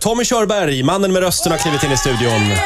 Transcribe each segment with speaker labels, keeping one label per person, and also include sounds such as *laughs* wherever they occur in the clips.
Speaker 1: Tommy Körberg, mannen med rösten, har klivit in i studion.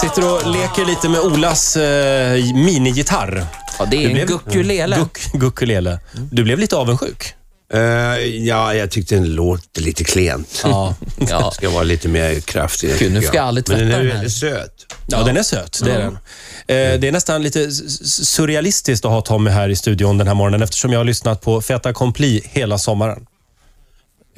Speaker 1: Sitter och leker lite med Olas eh, minigitarr.
Speaker 2: Ja, det är en guckulele.
Speaker 1: Guck, guckulele. Du blev lite avundsjuk.
Speaker 3: Eh, ja, jag tyckte den låter lite klent.
Speaker 1: Ja.
Speaker 2: Ja.
Speaker 3: Ska vara lite mer kraftig.
Speaker 2: Gud, nu
Speaker 3: tycker
Speaker 2: ska jag aldrig
Speaker 3: Men den
Speaker 2: tvätta
Speaker 3: är ju
Speaker 2: den här.
Speaker 3: väldigt söt.
Speaker 1: Ja, den är söt. Det är den. Eh, Det är nästan lite s- s- surrealistiskt att ha Tommy här i studion den här morgonen eftersom jag har lyssnat på Fait Accompli hela sommaren.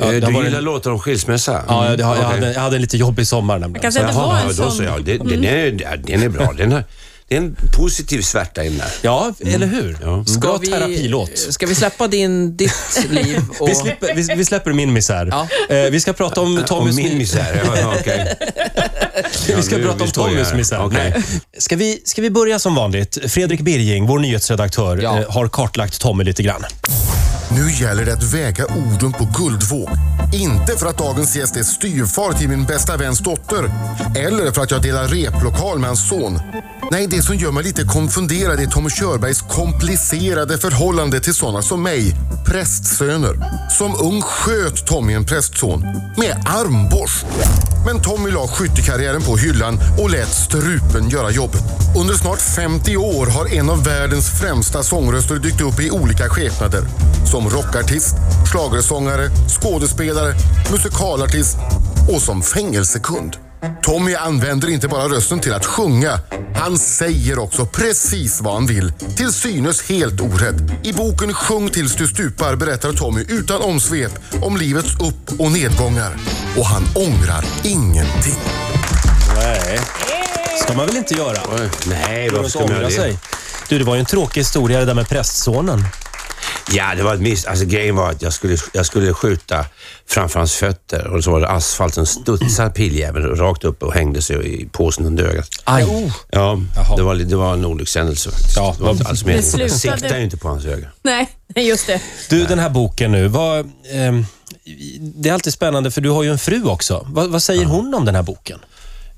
Speaker 3: Eh,
Speaker 1: det
Speaker 3: du
Speaker 1: har
Speaker 3: gillar
Speaker 1: varit-
Speaker 3: låtar om skilsmässa?
Speaker 1: Ja, jag, jag,
Speaker 3: Okej.
Speaker 1: hade, jag hade en lite jobbig sommar nämligen.
Speaker 4: kan säga att det var
Speaker 3: Jaha,
Speaker 4: en
Speaker 3: ja, då
Speaker 4: sån...
Speaker 3: så, ja, det, den, är, ja, den är bra. Den har, det är en positiv svärta i den där.
Speaker 1: Mm. Ja, eller hur? Bra terapilåt.
Speaker 2: Ska vi släppa din, ditt liv? Och,
Speaker 1: Vi släpper, vi, vi släpper min misär.
Speaker 2: Ja.
Speaker 1: Eh, vi ska prata om
Speaker 3: Om
Speaker 1: Tommys
Speaker 3: min misär. Ja, ja, okej.
Speaker 1: vi ska
Speaker 3: nu-
Speaker 1: prata
Speaker 3: vi
Speaker 1: om
Speaker 3: står
Speaker 1: Tommys
Speaker 3: här.
Speaker 1: misär.
Speaker 3: Okej.
Speaker 1: Nej. Ska, vi, ska vi börja som vanligt? Fredrik Birging, vår nyhetsredaktör,
Speaker 2: Ja.
Speaker 1: eh, har kartlagt Tommy lite grann.
Speaker 5: Nu gäller det att väga orden på guldvåg. Inte för att dagens gäst är styvfar till min bästa väns dotter. Eller för att jag delar replokal med hans son. Nej, det som gör mig lite konfunderad är Tommy Körbergs komplicerade förhållande till sådana som mig, prästsöner. Som ung sköt Tommy en prästson med armborst. Men Tommy la skyttekarriären på hyllan och lät strupen göra jobbet. Under snart 50 år har en av världens främsta sångröster dykt upp i olika skepnader. Som rockartist, schlagersångare, skådespelare, musikalartist och som fängelsekund. Tommy använder inte bara rösten till att sjunga. Han säger också precis vad han vill, till synes helt orädd. I boken Sjung tills du stupar berättar Tommy utan omsvep om livets upp och nedgångar. Och han ångrar ingenting.
Speaker 1: Nej. ska man väl inte göra?
Speaker 3: Oj, Nej,
Speaker 1: Man
Speaker 3: varför
Speaker 1: måste
Speaker 3: ska man
Speaker 1: ångra
Speaker 3: göra det?
Speaker 1: sig. Du, det var ju en tråkig historia det där med prästsonen.
Speaker 3: Ja, det var ett miss. Alltså, grejen var att jag skulle, jag skulle skjuta framför hans fötter och så var det asfalt. Sen studsade pilljäveln rakt upp och hängde sig i påsen under ögat.
Speaker 1: Aj.
Speaker 3: Ja,
Speaker 1: Jaha.
Speaker 3: det var, det var en olyckshändelse faktiskt.
Speaker 1: Ja,
Speaker 3: det var inte alls meningen. Jag
Speaker 4: slutade-
Speaker 3: siktade ju inte på hans öga.
Speaker 4: Nej, *laughs* just det.
Speaker 1: Du, den här boken nu. Vad, ehm, det är alltid spännande för du har ju en fru också. Vad, vad säger hon om den här boken?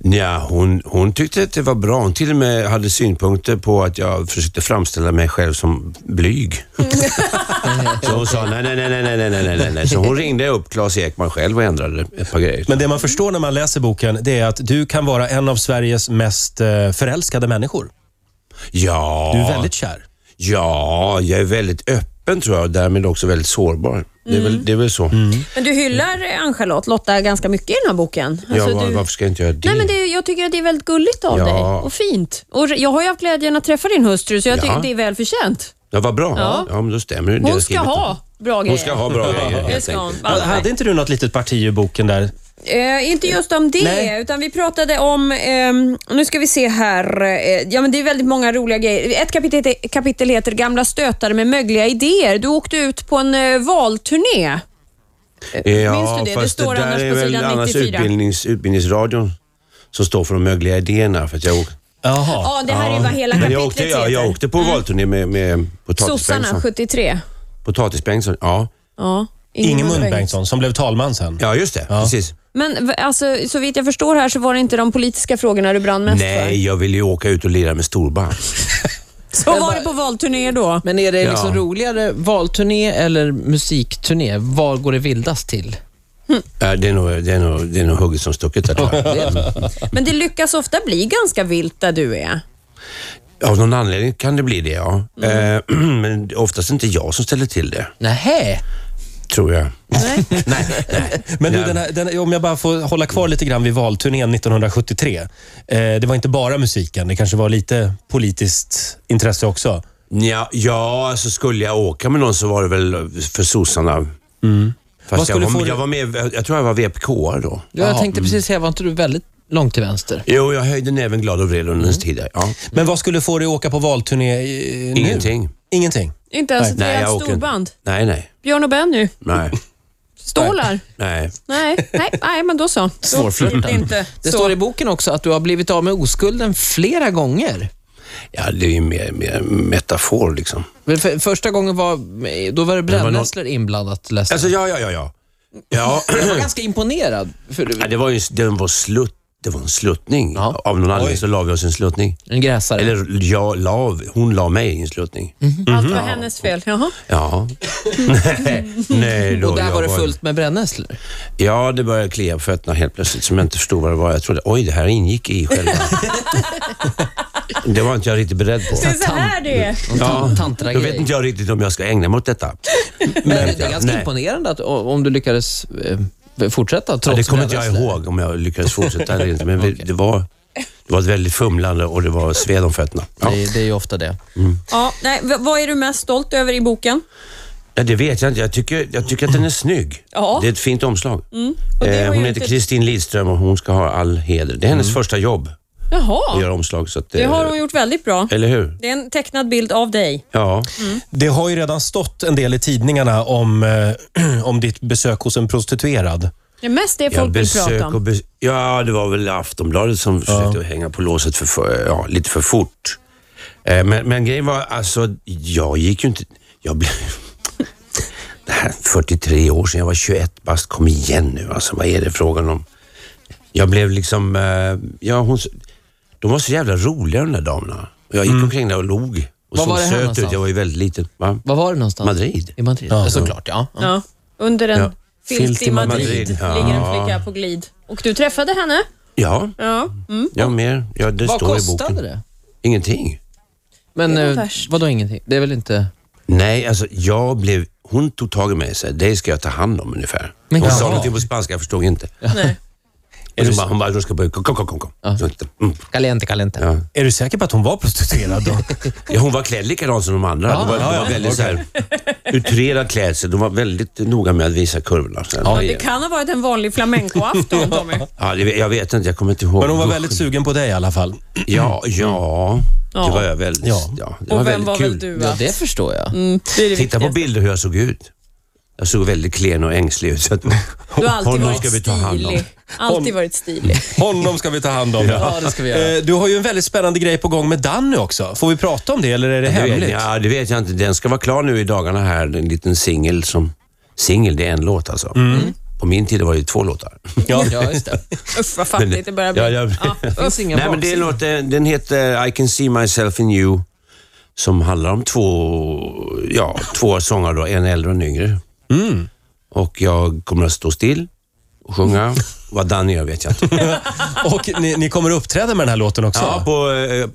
Speaker 3: Ja, hon, hon tyckte att det var bra. Hon till och med hade synpunkter på att jag försökte framställa mig själv som
Speaker 1: *laughs*
Speaker 3: blyg. så hon sa nej, nej, nej, nej, nej, nej, nej, nej, nej. Så hon ringde upp Claes Ekman själv och ändrade ett par grejer.
Speaker 1: Men det man förstår när man läser boken, det är att du kan vara en av Sveriges mest eh, förälskade människor.
Speaker 3: ja,
Speaker 1: Du är väldigt kär.
Speaker 3: ja, jag är väldigt öppen tror jag och därmed också väldigt sårbar. Det, är
Speaker 4: Mm.
Speaker 3: väl, det är väl så.
Speaker 1: Mm.
Speaker 4: Men du hyllar eh, Ann-Charlotte, Lotta, ganska mycket i den här boken. Alltså,
Speaker 3: ja, var,
Speaker 4: du...
Speaker 3: Varför ska jag inte göra det?
Speaker 4: Nej, men det, är- jag tycker att det är väldigt gulligt av
Speaker 3: Ja.
Speaker 4: dig och fint. Och jag har ju haft glädjen att träffa din hustru, så jag tycker
Speaker 3: Ja.
Speaker 4: det är väl förtjänt.
Speaker 3: ja, vad bra.
Speaker 4: Ja.
Speaker 3: Ja. men då stämmer det. jag
Speaker 4: Hon ska
Speaker 3: skrivit.
Speaker 4: ha bra grejer.
Speaker 3: Hon ska ha bra grejer
Speaker 4: Det
Speaker 3: helt
Speaker 4: ska hon.
Speaker 3: enkelt.
Speaker 1: Hade inte du något litet parti i boken där?
Speaker 4: Eh, inte just om det,
Speaker 1: Nej.
Speaker 4: utan vi pratade om, ehm, nu ska vi se här, eh, ja men det är väldigt många roliga grejer. Ett kapitel, kapitel heter Gamla stötare med mögliga idéer. Du åkte ut på en eh, valturné.
Speaker 3: Eh, Ja,
Speaker 4: Minns du det? Det
Speaker 3: fast det,
Speaker 4: står
Speaker 3: där
Speaker 4: annars
Speaker 3: är
Speaker 4: på
Speaker 3: väl
Speaker 4: sidan
Speaker 3: annars
Speaker 4: 94.
Speaker 3: utbildnings, utbildningsradion som står för de mögliga idéerna. För att jag, åk-
Speaker 1: Jaha.
Speaker 4: Ja, det här är vad hela
Speaker 3: men
Speaker 4: kapitlet
Speaker 3: jag, åkte, jag, jag
Speaker 4: heter.
Speaker 3: åkte på valturné med, med
Speaker 4: Mm. Sossarna
Speaker 3: potatisbengtsson.
Speaker 4: 73.
Speaker 3: Potatisbengtsson, ja.
Speaker 4: Ja.
Speaker 1: Ingemund Bengtsson, som blev talman sen.
Speaker 3: Ja, just det. Precis.
Speaker 4: Men v- alltså, så vitt jag förstår här så var det inte de politiska frågorna du brann mest
Speaker 3: Nej, jag ville ju åka ut och lira med
Speaker 4: *laughs*
Speaker 3: storband.
Speaker 4: för. Så var det på valturné då.
Speaker 2: men är det
Speaker 3: Ja.
Speaker 2: liksom roligare valturné eller musikturné? Var går det vildast till?
Speaker 3: Ja, det, är nog, det, är nog, det är nog hugget som stucket där,
Speaker 4: *laughs*
Speaker 3: tror jag.
Speaker 4: Men det lyckas ofta bli ganska vilt där du är.
Speaker 3: Av någon anledning kan det bli det, ja.
Speaker 4: Mm.
Speaker 3: Eh, *clears throat* men oftast är det inte jag som ställer till det,
Speaker 2: Nähä?
Speaker 3: tror jag.
Speaker 4: Nej.
Speaker 3: nej, nej.
Speaker 1: Men du,
Speaker 3: Nej.
Speaker 1: den här, den, om jag bara får hålla kvar lite grann vid valturnén 1973. Eh, det var inte bara musiken, det kanske var lite politiskt intresse också.
Speaker 3: Ja, ja, alltså skulle jag åka med någon så var det väl för sossarna. Mm.
Speaker 1: Vad
Speaker 3: Fast jag
Speaker 1: skulle få
Speaker 3: var,
Speaker 1: dig-
Speaker 3: jag var med, jag tror jag var vpk då.
Speaker 2: Ja, jag tänkte precis säga, var inte du väldigt långt till vänster?
Speaker 3: Jo, jag höjde näven glad och vred under
Speaker 1: Mm.
Speaker 3: ens tid där. Ja.
Speaker 1: Men vad skulle få dig att åka på valturné eh, nu?
Speaker 3: Ingenting.
Speaker 1: Ingenting?
Speaker 4: Inte ens ett
Speaker 3: Nej, jag
Speaker 4: rejält
Speaker 3: åker inte.
Speaker 4: storband.
Speaker 3: Nej, nej,
Speaker 4: Björn och Benny.
Speaker 3: nej, *laughs*
Speaker 4: Stålar?
Speaker 3: nej.
Speaker 4: Nej, nej, nej men då så. Svårflörtat. inte.
Speaker 2: Det
Speaker 4: så.
Speaker 2: står i boken också att du har blivit av med oskulden flera gånger.
Speaker 3: Ja, det är ju mer, mer metafor liksom.
Speaker 2: Men För, första gången var, då var det
Speaker 3: var någon-
Speaker 2: brännässlor inblandat, läste jag.
Speaker 3: Alltså, ja, *clears throat* ja, ja, ja. Ja,
Speaker 2: Jag var ganska imponerad. För,
Speaker 3: ja det var ju, den var slutt Det var en sluttning.
Speaker 2: Ja.
Speaker 3: Av någon anledning så la vi oss i en sluttning.
Speaker 2: En gräsare.
Speaker 3: Eller jag la, hon la mig i en sluttning.
Speaker 1: Mm.
Speaker 4: Allt
Speaker 3: Mhm.
Speaker 4: var hennes fel. Jaha.
Speaker 3: Ja. *laughs* nej, nej då.
Speaker 2: och där
Speaker 3: jag
Speaker 2: var det fullt med brännässlor.
Speaker 3: Ja, det började klia på fötterna helt plötsligt som jag inte förstod vad det var. Jag trodde, oj, det här ingick i själva... det var inte jag riktigt beredd på.
Speaker 4: Det är så här det är.
Speaker 2: Och tan- tantra
Speaker 3: Då vet inte jag riktigt om jag ska ägna mig åt detta.
Speaker 2: Men det är ganska
Speaker 3: Nej.
Speaker 2: imponerande att, o- om du lyckades eh, fortsätta
Speaker 3: Ja,
Speaker 2: trots
Speaker 3: det kommer inte jag
Speaker 2: brännässlor.
Speaker 3: ihåg om jag lyckades fortsätta eller inte, men vi- det, var, det var ett väldigt fumlande och det var sved om fötterna. Ja.
Speaker 2: Det, är- det är ju ofta det.
Speaker 4: Ja, nej, v- vad är du mest stolt över i boken?
Speaker 3: Ja, det vet jag inte. Jag tycker, jag tycker att den är snygg.
Speaker 4: Ja. Mm.
Speaker 3: Det är ett fint omslag.
Speaker 4: och det
Speaker 3: Eh,
Speaker 4: var
Speaker 3: hon
Speaker 4: ju
Speaker 3: heter
Speaker 4: inte-
Speaker 3: Kristin Lidström och hon ska ha all heder. Det är hennes första jobb att
Speaker 4: Jaha,
Speaker 3: göra omslag. Så att,
Speaker 4: det
Speaker 3: eh,
Speaker 4: har hon gjort väldigt bra.
Speaker 3: Eller hur?
Speaker 4: Det är en tecknad bild av dig.
Speaker 3: Ja.
Speaker 1: Det har ju redan stått en del i tidningarna om, eh, *clears throat* om ditt besök hos en prostituerad.
Speaker 4: Det mest det
Speaker 3: Ja,
Speaker 4: folk vill prata om.
Speaker 3: och bes- ja, det var väl Aftonbladet som försökte hänga på låset för, för, ja, lite för fort. Eh, men, men grejen var, alltså, jag gick ju inte... Jag blev... *laughs* Det här är 43 år sedan, jag var 21 bast. Kom igen nu, alltså, vad är det frågan om? Jag blev liksom... Eh, ja, hon, s- de var så jävla roliga de där damerna. Och jag gick omkring där och log. Och
Speaker 2: Var Mm. var
Speaker 3: såg
Speaker 2: det här
Speaker 3: söt ut,
Speaker 2: någonstans?
Speaker 3: jag var ju väldigt liten. Va?
Speaker 2: Var var det någonstans?
Speaker 3: Madrid.
Speaker 2: I Madrid, ja, såklart. Ja. Ja.
Speaker 4: Ja, under en
Speaker 3: Ja.
Speaker 4: filt i Madrid,
Speaker 3: Ja.
Speaker 4: ligger en flicka på glid. Och du träffade henne?
Speaker 3: Ja,
Speaker 4: Ja. Mm.
Speaker 3: ja mer. Ja, det
Speaker 2: Vad
Speaker 3: står i boken.
Speaker 2: kostade det?
Speaker 3: Ingenting.
Speaker 2: Men
Speaker 4: Det var
Speaker 2: eh,
Speaker 4: värst.
Speaker 2: vadå ingenting? Det är väl inte...
Speaker 3: Nej, alltså jag blev... Hon tog tag i mig och sa, det ska jag ta hand om ungefär.
Speaker 2: Men
Speaker 3: hon sa
Speaker 2: jaha.
Speaker 3: någonting på spanska, jag förstod inte.
Speaker 4: Nej.
Speaker 3: Och så bara, hon bara, du ska börja, kom, kom, kom. kom. Så inte, mm.
Speaker 2: Caliente, caliente.
Speaker 3: Ja.
Speaker 1: Är du säker på att hon var prostituerad då?
Speaker 3: ja, hon var klädd likadant som de andra. det var,
Speaker 1: ja,
Speaker 3: det
Speaker 1: ja.
Speaker 3: var väldigt så här, utrerad klädsel. De var väldigt noga med att visa kurvorna. Så här, vad är
Speaker 4: Det
Speaker 3: det?
Speaker 4: kan ha varit en vanlig flamencoafton, Tommy.
Speaker 3: *laughs* ja, det, jag vet inte, jag kommer inte ihåg.
Speaker 1: Men hon var
Speaker 3: Usch.
Speaker 1: väldigt sugen på dig i alla fall.
Speaker 3: Ja, ja.
Speaker 4: Ja.
Speaker 3: Det var jag väldigt.
Speaker 1: Ja.
Speaker 3: Ja. det var
Speaker 4: Och vem
Speaker 3: väldigt
Speaker 4: var
Speaker 3: kul.
Speaker 4: väl du? Va?
Speaker 2: Ja, det förstår jag.
Speaker 3: Mm.
Speaker 4: Det är det
Speaker 3: Titta på
Speaker 4: viktigaste.
Speaker 3: bilder hur jag såg ut. Jag såg väldigt klen och ängslig ut. Så att,
Speaker 4: Du har alltid
Speaker 3: honom ska vi
Speaker 4: varit
Speaker 3: ta hand om.
Speaker 4: stilig. Alltid
Speaker 1: Hon-
Speaker 4: varit stilig.
Speaker 1: Honom ska vi ta hand om.
Speaker 2: Ja, det ska vi göra.
Speaker 1: Eh, Du har ju en väldigt spännande grej på gång med Danny också. Får vi prata om det eller är det
Speaker 3: Det
Speaker 1: hemligt?
Speaker 3: vet, ja, det vet jag inte. Den ska vara klar nu i dagarna här. En liten singel som... Singel, det är en låt alltså. På min tid var det ju två låtar.
Speaker 1: Ja.
Speaker 2: Ja, just det.
Speaker 4: Usch vad fattigt det börjar bli.
Speaker 3: Ja, jag-
Speaker 2: Det
Speaker 3: *laughs*
Speaker 2: finns inga
Speaker 3: Nej, men det är en låt, eh, den heter I can see myself in you som handlar om två, ja, två sångare, då, en äldre och en yngre. Och jag kommer att stå still och sjunga. Vad Danny gör vet jag inte.
Speaker 1: Och ni, ni kommer uppträda med den här låten också?
Speaker 3: Ja, på,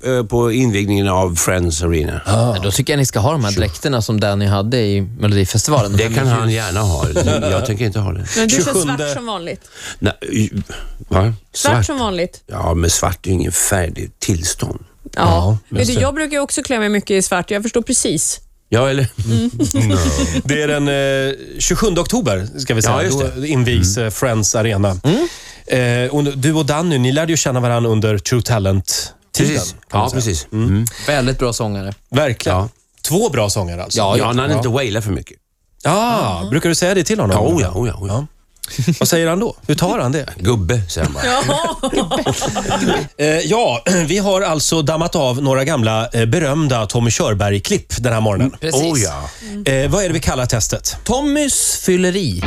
Speaker 3: eh, eh, på invigningen av Friends Arena.
Speaker 2: Ja, Då tycker jag ni ska ha de här dräkterna som Danny hade i Melodifestivalen.
Speaker 3: Det kan han gärna ha. Jag tänker inte ha det.
Speaker 4: Men du
Speaker 1: 27.
Speaker 4: kör svart som vanligt.
Speaker 3: Nej, va?
Speaker 4: Svart, som vanligt.
Speaker 3: Ja, men svart är ju ingen färg, det är ett tillstånd.
Speaker 4: Ja. Vet du, jag brukar ju också klä mig mycket i svart. Jag förstår precis.
Speaker 3: Ja, eller?
Speaker 1: Det är den eh, 27 oktober, ska vi säga.
Speaker 3: Ja, just det. Mm.
Speaker 1: Då invigs eh, Friends Arena. Eh, och du och Danny, ni lärde ju känna varandra under True Talent-tiden.
Speaker 3: Precis. Ja, precis. Mm.
Speaker 2: Väldigt bra sångare.
Speaker 1: Verkligen.
Speaker 3: Ja.
Speaker 1: Två bra sångare alltså.
Speaker 3: Ja, han hade inte wailat för mycket.
Speaker 1: Ah, Brukar du säga det till honom?
Speaker 3: Ja, oh ja, oh ja, oh ja.
Speaker 1: Vad säger han då? Hur tar han det?
Speaker 3: Gubbe, säger han bara.
Speaker 1: Eh, ja, *clears throat* vi har alltså dammat av några gamla eh, berömda Tommy Körberg-klipp den här morgonen.
Speaker 2: Precis.
Speaker 3: Oh ja.
Speaker 1: Eh, vad är det vi kallar testet? Mm.
Speaker 2: Tommys fylleri.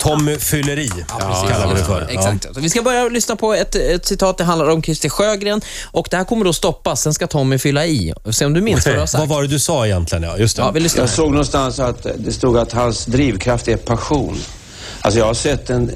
Speaker 1: Tommy Fylleri
Speaker 2: Precis.
Speaker 1: kallar vi det för.
Speaker 2: Exakt. Så vi ska börja lyssna på ett, ett citat. Det handlar om Christer Sjögren. Och det här kommer då stoppas. Sen ska Tommy fylla i. Se om du minns vad du har
Speaker 1: Vad
Speaker 2: sagt.
Speaker 1: var det du sa egentligen? Ja, just det.
Speaker 2: Ja, vi lyssnar.
Speaker 6: Jag såg någonstans att det stod att hans drivkraft är passion. Alltså jag har sett en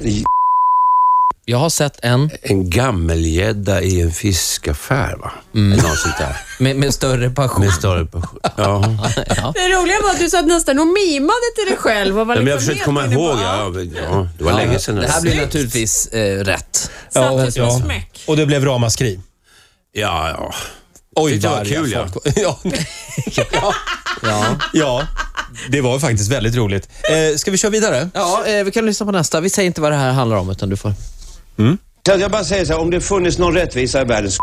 Speaker 2: Jag har sett en
Speaker 3: En gammelgädda i en fiskaffär, va? Eller Något sånt där.
Speaker 2: med, med större passion.
Speaker 3: Med större passion. Ja.
Speaker 2: Ja.
Speaker 4: Det roliga var att du satt nästan och mimade till dig själv. Och var
Speaker 3: Ja, men jag försökte
Speaker 4: liksom helt
Speaker 3: komma
Speaker 4: inne på-
Speaker 3: ihåg. Ja, ja, det var länge sedan.
Speaker 2: Det här blir naturligtvis eh, rätt.
Speaker 4: Satt du som en smäck.
Speaker 1: Och det blev ramaskri.
Speaker 3: Ja, ja.
Speaker 1: Oj,
Speaker 3: Tyckte det var
Speaker 1: varga
Speaker 3: kul, ja.
Speaker 1: folk. *laughs* ja. ja.
Speaker 2: Ja.
Speaker 1: Ja, det var faktiskt väldigt roligt. Eh, ska vi köra vidare?
Speaker 2: Ja, eh, vi kan lyssna på nästa. Vi säger inte vad det här handlar om, utan du får...
Speaker 6: Så att Jag bara säger så här, om det funnits någon rättvisa i världen så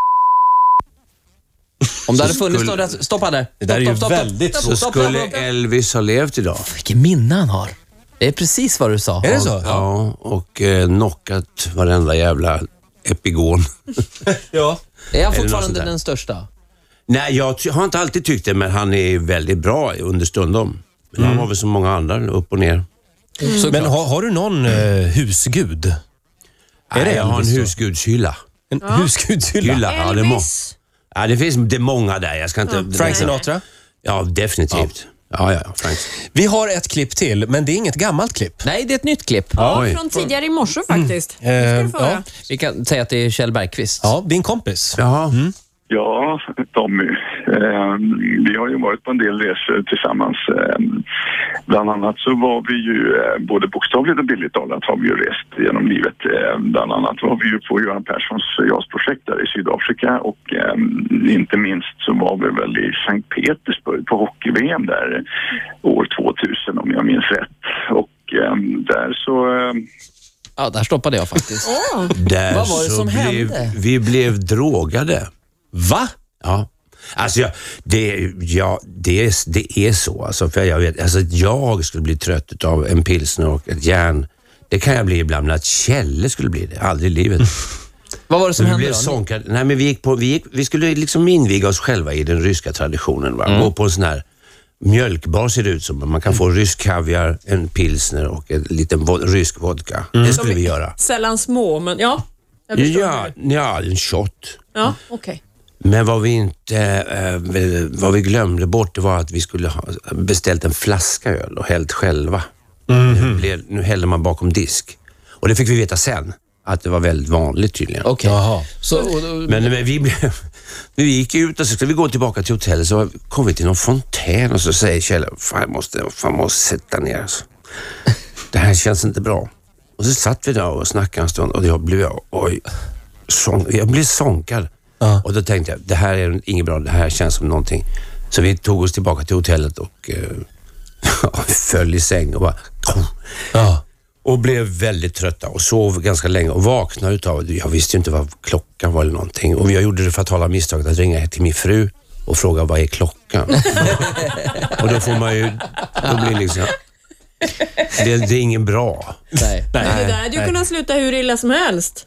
Speaker 2: Om det hade funnits några... Stoppa där.
Speaker 1: Det där är
Speaker 2: Stopp,
Speaker 1: ju
Speaker 2: stopp, stopp,
Speaker 1: väldigt
Speaker 2: stopp,
Speaker 3: Så
Speaker 2: stopp, stopp,
Speaker 3: skulle
Speaker 2: stopp.
Speaker 3: Elvis ha levt idag.
Speaker 2: Vilken minne han har. Det är precis vad du sa.
Speaker 1: Är det så?
Speaker 3: Ja, och eh, knockat varenda jävla epigon.
Speaker 1: Ja.
Speaker 2: Är han
Speaker 3: Eller något sånt
Speaker 2: fortfarande
Speaker 3: där.
Speaker 2: den största?
Speaker 3: Nej, jag ty- har inte Mm. alltid tyckt det, men han är väldigt bra understundom. Men han var väl som många andra, upp och ner.
Speaker 1: Men har, har du någon eh, husgud? Är det
Speaker 3: Nej, jag har en
Speaker 1: Elvis då?
Speaker 3: husgudshylla.
Speaker 1: En husgudshylla?
Speaker 3: Hylla, ja, det, är må-
Speaker 4: Elvis.
Speaker 3: ja, det finns det är många där. Jag ska inte...
Speaker 1: Frank Sinatra?
Speaker 3: Ja, definitivt. Ja, ja, ja Frank.
Speaker 1: Vi har ett klipp till, men det är inget gammalt klipp.
Speaker 2: Nej, det är ett nytt klipp.
Speaker 4: Ja,
Speaker 3: Oj. Mm.
Speaker 4: från tidigare i morse faktiskt. Nu ska du få
Speaker 1: Eh, ja.
Speaker 4: höra.
Speaker 2: Vi kan säga att det är Kjell Bergqvist.
Speaker 1: Ja, din kompis.
Speaker 3: Jaha.
Speaker 7: Ja, Tommy. Eh, vi har ju varit på en del resor tillsammans. Eh, bland annat så var vi ju, eh, både bokstavligt och bildligt talat, har vi ju rest genom livet. Eh, bland annat var vi ju på Göran Perssons JAS-projekt där i Sydafrika och eh, inte minst så var vi väl i Sankt Petersburg på hockey-VM där år 2000 om jag minns rätt. Och eh, där så eh,
Speaker 2: Ja, där stoppade jag faktiskt.
Speaker 3: Där
Speaker 2: Vad var det
Speaker 3: så
Speaker 2: som
Speaker 3: blev,
Speaker 2: hände?
Speaker 3: Vi blev drogade.
Speaker 1: Va?
Speaker 3: Ja. Alltså, jag, det, ja, det, är- det är så. Alltså, för jag, vet, alltså, jag skulle bli trött av en pilsner och ett järn. Det kan jag bli ibland, men att Kjelle skulle bli det. Aldrig i livet.
Speaker 2: *laughs* Vad var det som
Speaker 3: Vi
Speaker 2: hände
Speaker 3: blev
Speaker 2: då?
Speaker 3: sånkade. Nej, men vi, gick på, vi, gick, vi skulle liksom inviga oss själva i den ryska traditionen.
Speaker 2: Mm.
Speaker 3: Va? Gå på en sån här mjölkbar ser det ut som. Man kan få rysk kaviar, en pilsner och en liten vo- rysk vodka. Det
Speaker 2: Mm.
Speaker 3: skulle vi göra.
Speaker 4: Sällan små, men ja. Jag förstår
Speaker 3: Ja,
Speaker 4: det.
Speaker 3: ja, en shot.
Speaker 4: ja okej.
Speaker 3: Men vad vi, inte, eh, vad vi glömde bort det var att vi skulle ha beställt en flaska öl och hällt själva. Nu, blev, nu hällde man bakom disk. Och det fick vi veta sen, att det var väldigt vanligt tydligen.
Speaker 2: Okej.
Speaker 1: Jaha.
Speaker 2: Så, och, då-
Speaker 3: Men, men vi, blev, *laughs* vi gick ut och så skulle vi gå tillbaka till hotellet så kom vi till någon fontän och så säger Kjell, fan jag måste, fan jag måste sätta ner alltså. Det här känns inte bra. Och så satt vi där och snackade en stund och jag blev, oj, sån, jag blev sånkad. Och då tänkte jag, det här är inget bra, det här känns som någonting. Så vi tog oss tillbaka till hotellet och eh, föll i säng *laughs* och bara
Speaker 1: Ja.
Speaker 3: och blev väldigt trötta och sov ganska länge och vaknade utav Jag visste ju inte vad klockan var eller någonting. Och jag gjorde det fatala misstaget att ringa till min fru och fråga vad är klockan? och då får man ju... Då blir det liksom... Det, det är ingen bra.
Speaker 2: nej.
Speaker 4: Det där hade ju kunnat sluta hur illa som helst.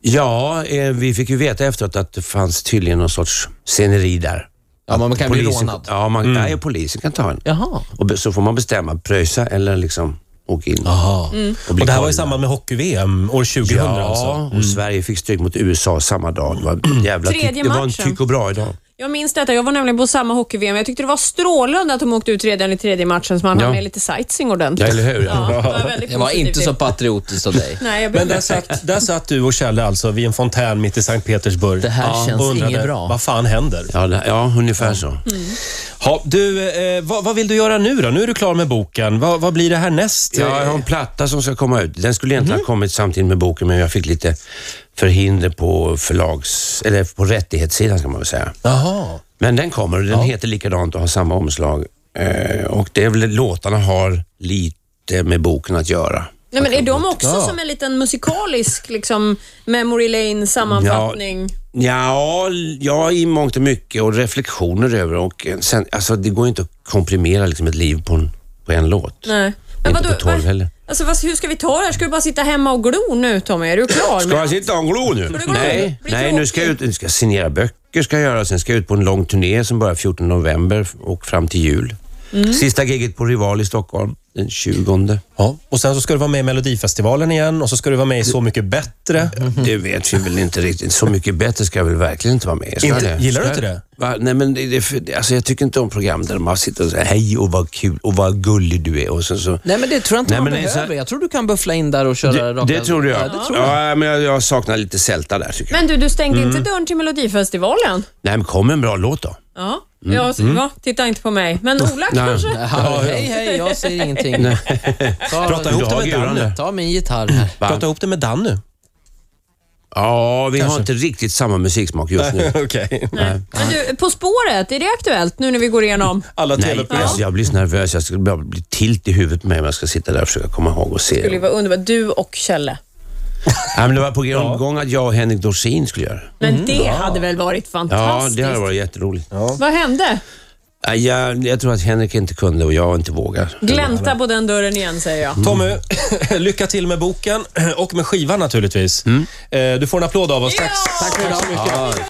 Speaker 3: Ja, eh, vi fick ju veta efteråt att det fanns tydligen någon sorts sceneri där.
Speaker 2: Ja, men man kan bli
Speaker 3: Polisen,
Speaker 2: rånad.
Speaker 3: ja, man,
Speaker 1: Mm.
Speaker 3: nej, polisen kan ta en.
Speaker 2: Jaha.
Speaker 3: Och be- så får man bestämma, pröjsa eller liksom åka in.
Speaker 1: Jaha.
Speaker 3: Och, bli
Speaker 1: Och det här var i
Speaker 3: kvar.
Speaker 1: samband med hockey-VM år 2000
Speaker 3: Ja,
Speaker 1: alltså?
Speaker 3: och Sverige fick stryk mot USA samma dag. Det var, en jävla
Speaker 4: Tredje
Speaker 3: tyck, det var en
Speaker 4: matchen.
Speaker 3: tyck och bra idag.
Speaker 4: Jag minns detta. Jag var nämligen på samma hockey-VM. Jag tyckte det var strålande att de åkte ut redan i tredje matchen så man
Speaker 3: Ja.
Speaker 4: hann med lite sightseeing ordentligt.
Speaker 3: Ja, eller hur?
Speaker 4: Ja, det var väldigt
Speaker 2: Det var
Speaker 4: positivt.
Speaker 2: inte så patriotiskt av dig.
Speaker 4: Nej, jag
Speaker 1: Men
Speaker 4: beundrar
Speaker 1: där satt, där satt du och Kjelle alltså vid en fontän mitt i Sankt Petersburg
Speaker 2: Det här
Speaker 1: Ja.
Speaker 2: känns
Speaker 1: och undrade,
Speaker 2: inget bra.
Speaker 1: vad fan händer?
Speaker 3: Ja, det, ja ungefär
Speaker 4: Mm.
Speaker 3: så.
Speaker 1: Ha, du, eh, vad, vad vill du göra nu då? Nu är du klar med boken. Vad, vad blir det här näst?
Speaker 3: Ja, jag har en platta som ska komma ut. Den skulle egentligen ha kommit samtidigt med boken, men jag fick lite förhinder på förlags... Eller på rättighetssidan, ska man väl säga.
Speaker 1: Jaha.
Speaker 3: Men den kommer och den heter likadant och har samma omslag. Eh, och det är väl låtarna har lite med boken att göra.
Speaker 4: Nej, men är de också som en liten musikalisk liksom, memory lane sammanfattning?
Speaker 3: Ja, ja, i mångt och mycket och reflektioner över och sen, alltså det går ju inte att komprimera liksom ett liv på en, på en låt.
Speaker 4: Nej.
Speaker 3: Inte på tolv
Speaker 4: vad-
Speaker 3: heller.
Speaker 4: alltså, vad, hur ska vi ta det här? Ska du bara sitta hemma och glo nu Tommy? Är du klar?
Speaker 3: Ska
Speaker 4: med-
Speaker 3: jag sitta och glo nu?
Speaker 4: alltså, du glo?
Speaker 3: Nej,
Speaker 4: Blir
Speaker 3: nej
Speaker 4: tråkig.
Speaker 3: nu ska jag ut nu ska jag signera böcker ska jag göra. Sen ska jag ut på en lång turné som börjar 14 november och fram till jul.
Speaker 4: Mm.
Speaker 3: Sista giget på Rival i Stockholm den 20.
Speaker 1: Ja. Och sen så ska du vara med i Melodifestivalen igen och så ska du vara med i Så mycket bättre.
Speaker 3: Det vet vi väl inte riktigt. Så mycket bättre ska jag väl verkligen inte vara med i. Ska
Speaker 1: Inte-
Speaker 3: jag
Speaker 1: gillar du
Speaker 3: Ska
Speaker 1: inte
Speaker 3: jag-
Speaker 1: det?
Speaker 3: Va? Nej, men det, det, är för- det, alltså jag tycker inte om program där man sitter och säger hej och vad kul och vad gullig du är och sen så...
Speaker 2: Nej, men det tror jag inte
Speaker 3: Nej,
Speaker 2: man
Speaker 3: men det är så här-
Speaker 2: behöver. Jag tror du kan buffla in där och köra
Speaker 3: Det,
Speaker 2: raka...
Speaker 3: det tror jag.
Speaker 2: Ja, det tror jag.
Speaker 3: Ja, men jag, jag saknar lite sälta där tycker jag.
Speaker 4: Men du, du stängde
Speaker 3: Mm.
Speaker 4: inte dörren till Melodifestivalen?
Speaker 3: Nej, men kom en bra låt då.
Speaker 4: Ja. Ja,
Speaker 3: Mm.
Speaker 4: så, va? Titta inte på mig. Men Ola kanske?
Speaker 2: Ja, hej, hej, jag säger ingenting. Ta,
Speaker 1: Prata ihop det
Speaker 3: Idag
Speaker 1: med
Speaker 3: gör han
Speaker 1: Danny.
Speaker 3: det.
Speaker 2: ta min gitarr här.
Speaker 1: Prata ihop det med Danny.
Speaker 3: Ja, vi har
Speaker 1: Kanske.
Speaker 3: inte riktigt samma musiksmak just nu.
Speaker 1: *laughs* Okej.
Speaker 4: Men du, På spåret, är det aktuellt nu när vi går igenom?
Speaker 1: Alla
Speaker 3: *laughs* Nej,
Speaker 1: tv-program.
Speaker 3: alltså, jag blir så nervös. Jag skulle bara bli tilt i huvudet med om jag ska sitta där och försöka komma ihåg och se.
Speaker 4: skulle ju vara underbart. Du och Kjelle.
Speaker 3: Nej, men det var på gång att jag och Henrik Dorsin skulle göra det.
Speaker 4: Men det hade väl varit
Speaker 3: Mm. Ja,
Speaker 4: fantastiskt?
Speaker 3: det hade varit jätteroligt.
Speaker 4: Vad hände?
Speaker 3: Nej, Äh, Jag, jag tror att Henrik inte kunde och jag inte vågar.
Speaker 4: Glänta på den dörren igen, säger jag.
Speaker 1: Tommy, *clears throat* lycka till med boken och med skivan naturligtvis. Eh, Du får en applåd av oss. Tack, tack så mycket.